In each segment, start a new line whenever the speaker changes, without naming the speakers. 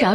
扰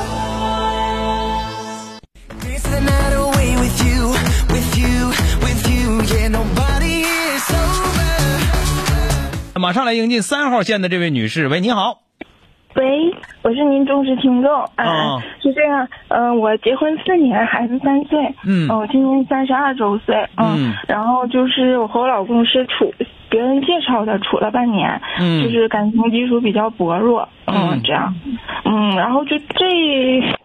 It's the night away with you, with you, with you. Yeah, nobody is over.
马上来迎进三号线的这位女士，喂，你好，
喂，我是您忠实听众啊、
哦
是这样，嗯、我结婚四年，孩子三岁，
嗯
我今年三十二周岁，哦
嗯
然后就是我和我老公是处别人介绍的，处了半年，
嗯
就是感情基础比较薄弱，嗯，
嗯
这样，嗯，然后就这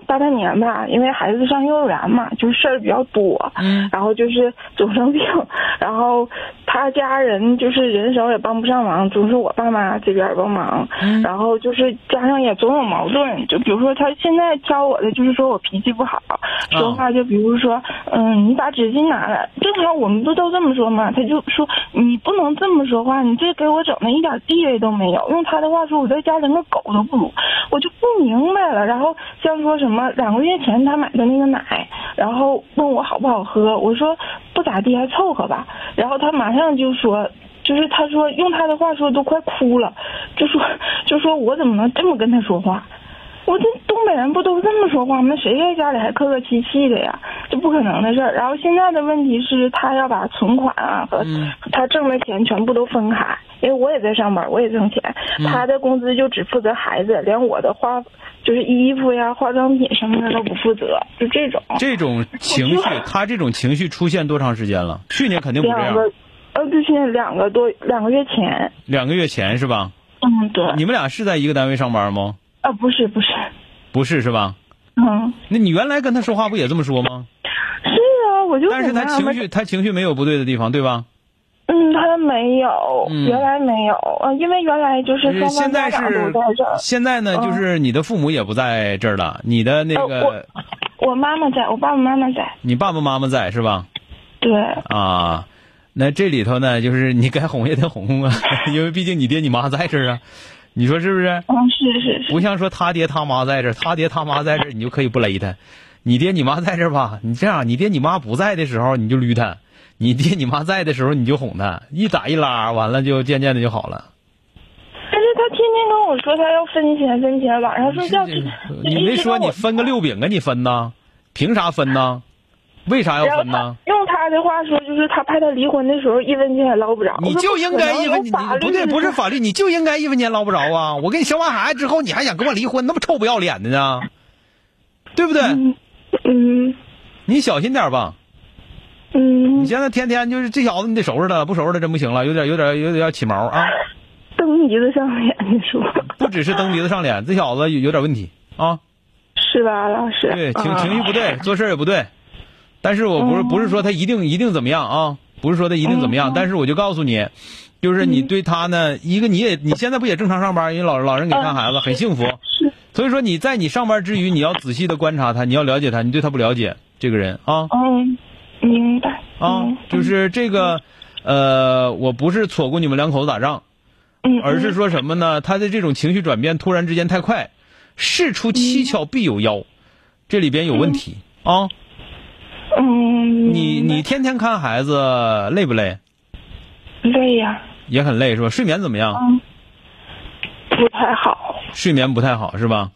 大半年吧，因为孩子上幼儿园嘛，就是事儿比较多，
嗯
然后就是总生病， 然后他家人就是人手也帮不上忙，总是我爸妈这边帮忙，
嗯
然后就是加上也总有矛盾，就比如说他现在挑我的就是说我脾气不好，说话就比如说，嗯，你把纸巾拿来，正常我们不都这么说吗？他就说嗯你不能这么说话，你这给我整的一点地位都没有。用他的话说，我在家连个狗都不如，我就不明白了。然后像说什么两个月前他买的那个奶，然后问我好不好喝，我说不咋地，还凑合吧。然后他马上就说。就是他说用他的话说都快哭了，就说就说我怎么能这么跟他说话？我这东北人不都这么说话吗？谁在家里还客客气气的呀？这不可能的事儿。然后现在的问题是，他要把存款啊和
嗯
他挣的钱全部都分开，因为我也在上班，我也挣钱，他的工资就只负责孩子，连我的花就是衣服呀、化妆品什么的都不负责，就这种。
这种情绪
我知道，
她这种情绪出现多长时间了？去年肯定不这
两
样，
个，呃，就是两个多两个月前，
两个月前是吧？
嗯，对，
你们俩是在一个单位上班吗？
啊，不是不是，
不是是吧？
嗯，
那你原来跟她说话不也这么说吗？
是啊，我就
但是
很
她
纳
情
闷
绪，她情绪没有不对的地方，对吧？
嗯，他没有，
嗯
原来没有，呃，因为原来就是
呃
双方
现在
家长都
是
在这儿，
现在呢，
嗯呃
就是你的父母也不在这儿了，你的那个
我妈妈在，我爸爸妈妈在，
你爸爸妈妈在是吧？
对，
啊，那这里头呢，就是你该哄也得哄哄啊， 因为毕竟你爹你妈在这儿啊，你说是不是？
嗯，是是 是，
不像说他爹他妈在这儿，他爹他妈在这儿，你就可以不勒他。你爹你妈在这儿吧， 你这样，你爹你妈不在的时候你就捋他，你爹你妈在的时候你就哄他，一打一拉，完了就渐渐的就好了。
但是他天天跟我说他要分钱分钱，晚上睡觉就
你没说你分个，
就一直跟
六
我
饼啊？你分呐？凭啥分呐？为啥
然
要
后
分
他
呢？
用他的话说，就是他怕他离婚的时候一分钱也捞不着。
你
我说
就应该一分
不
你
可能有法律
不对，不是
的
法律，你就应该一分钱捞不着啊！我给你生完孩子之后，你还想跟我离婚，那么臭不要脸的呢，对不对？
嗯
你小心点吧。你
嗯，
现在天天就是这小子，你得收拾他，不收拾他真不行了，有点有点有点要起毛啊！
蹬鼻子上脸，你 说
不只是蹬鼻子上脸，这小子有有点问题啊！
是吧，老师？
对，情
啊
情绪不对，做事儿也不对。但是我不是不是说他一定一定怎么样啊，不是说他一定怎
嗯
么样，但是我就告诉你，就是你对他呢，一个你也你现在不也正常上班，因为老老人给看孩子很幸福，
嗯是
所以说你在你上班之余，你要仔细的观察他，你要了解他，你对他不了解这个人啊。
嗯，明白
啊
嗯，
就是这个，呃，我不是错过你们两口子打仗，
嗯
而是说什么呢？他的这种情绪转变突然之间太快，事出蹊跷必有妖，这里边有问题啊！
嗯，
你你天天看孩子累不累？
嗯累呀、
也很累是吧？睡眠怎么样？
不太好。
睡眠不太好是吧？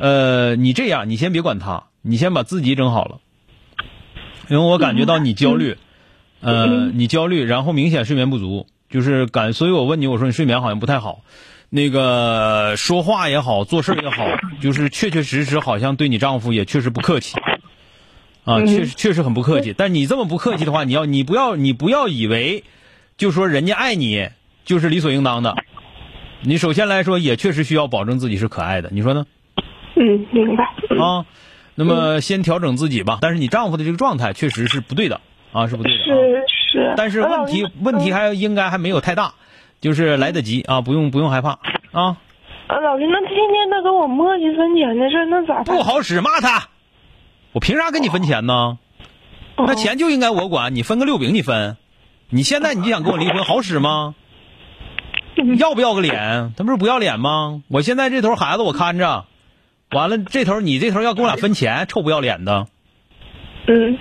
呃，你这样，你先别管他，你先把自己整好了，因为我感觉到你焦虑，呃，你焦虑，然后明显睡眠不足，就是感，所以我问你，我说你睡眠好像不太好，那个说话也好，做事儿也好，就是确确实实好像对你丈夫也确实不客气。啊，确实确实很不客气，但你这么不客气的话，你要你不要你不要以为，就说人家爱你就是理所应当的，你首先来说，也确实需要保证自己是可爱的，你说呢？
嗯，明白。
啊，那么先调整自己吧。但是你丈夫的这个状态确实是不对的啊，是不对的、啊。
是是。
但是
我老
问题
公
问题
嗯
还应该还没有太大，就是来得及啊，不用不用害怕啊，
呃，老师，那天天他跟我磨叽分钱的事儿，那咋办
不？好使骂他。我凭啥跟你分钱呢？
哦
那钱就应该我管，你分个六饼你分。你现在你就想跟我离婚，好使吗？要不要个脸？他不是不要脸吗？我现在这头孩子我看着，完了这头你这头要跟我俩分钱，臭不要脸的！
嗯，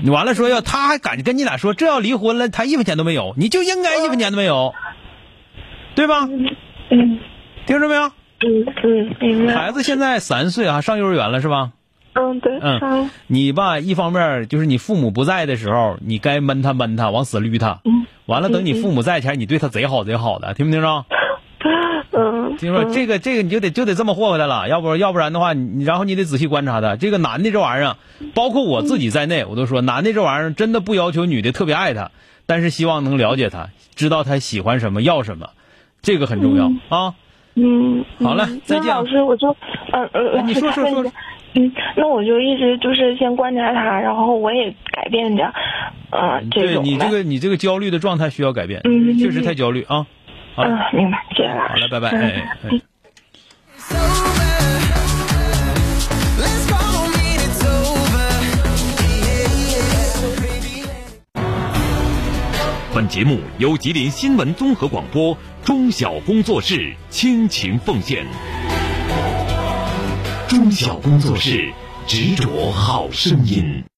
你完了说要他还敢跟你俩说这要离婚了，他一分钱都没有，你就应该一分钱都没有，对吧？
嗯
听着没有？
嗯嗯，明白。
孩子现在三岁啊，上幼儿园了是吧？
嗯，对，
嗯
嗯
你吧，一方面就是你父母不在的时候，你该闷他闷他，往死捋他。
嗯
完了，等你父母在前，你对他贼好贼好的，听没听着？
嗯，
听说
嗯
这个这个你就得就得这么霍霍他了，要不要不然的话，你然后你得仔细观察他。这个男的这玩意儿，啊包括我自己在内，我都说男的这玩意儿真的不要求女的特别爱他，但是希望能了解他，知道他喜欢什么要什么，这个很重要、啊。
嗯，
好了
嗯
再见啊
那老师，我就，嗯嗯，
哎
老
你
师
说
打
说
断
说
一下嗯，那我就一直就是先观察他，然后我也改变着，嗯，
对
种
你
的
这，个你这个焦虑的状态需要改变，
嗯嗯嗯
确实太焦虑啊。好
嗯
了，，
明白，谢谢老师。
好了，拜拜，
嗯
哎哎。哎
It's over. Let's call it it's over. Yeah, yeah. Baby, let
本节目由吉林新闻综合广播中小工作室倾情奉献。中小工作室执着好声音。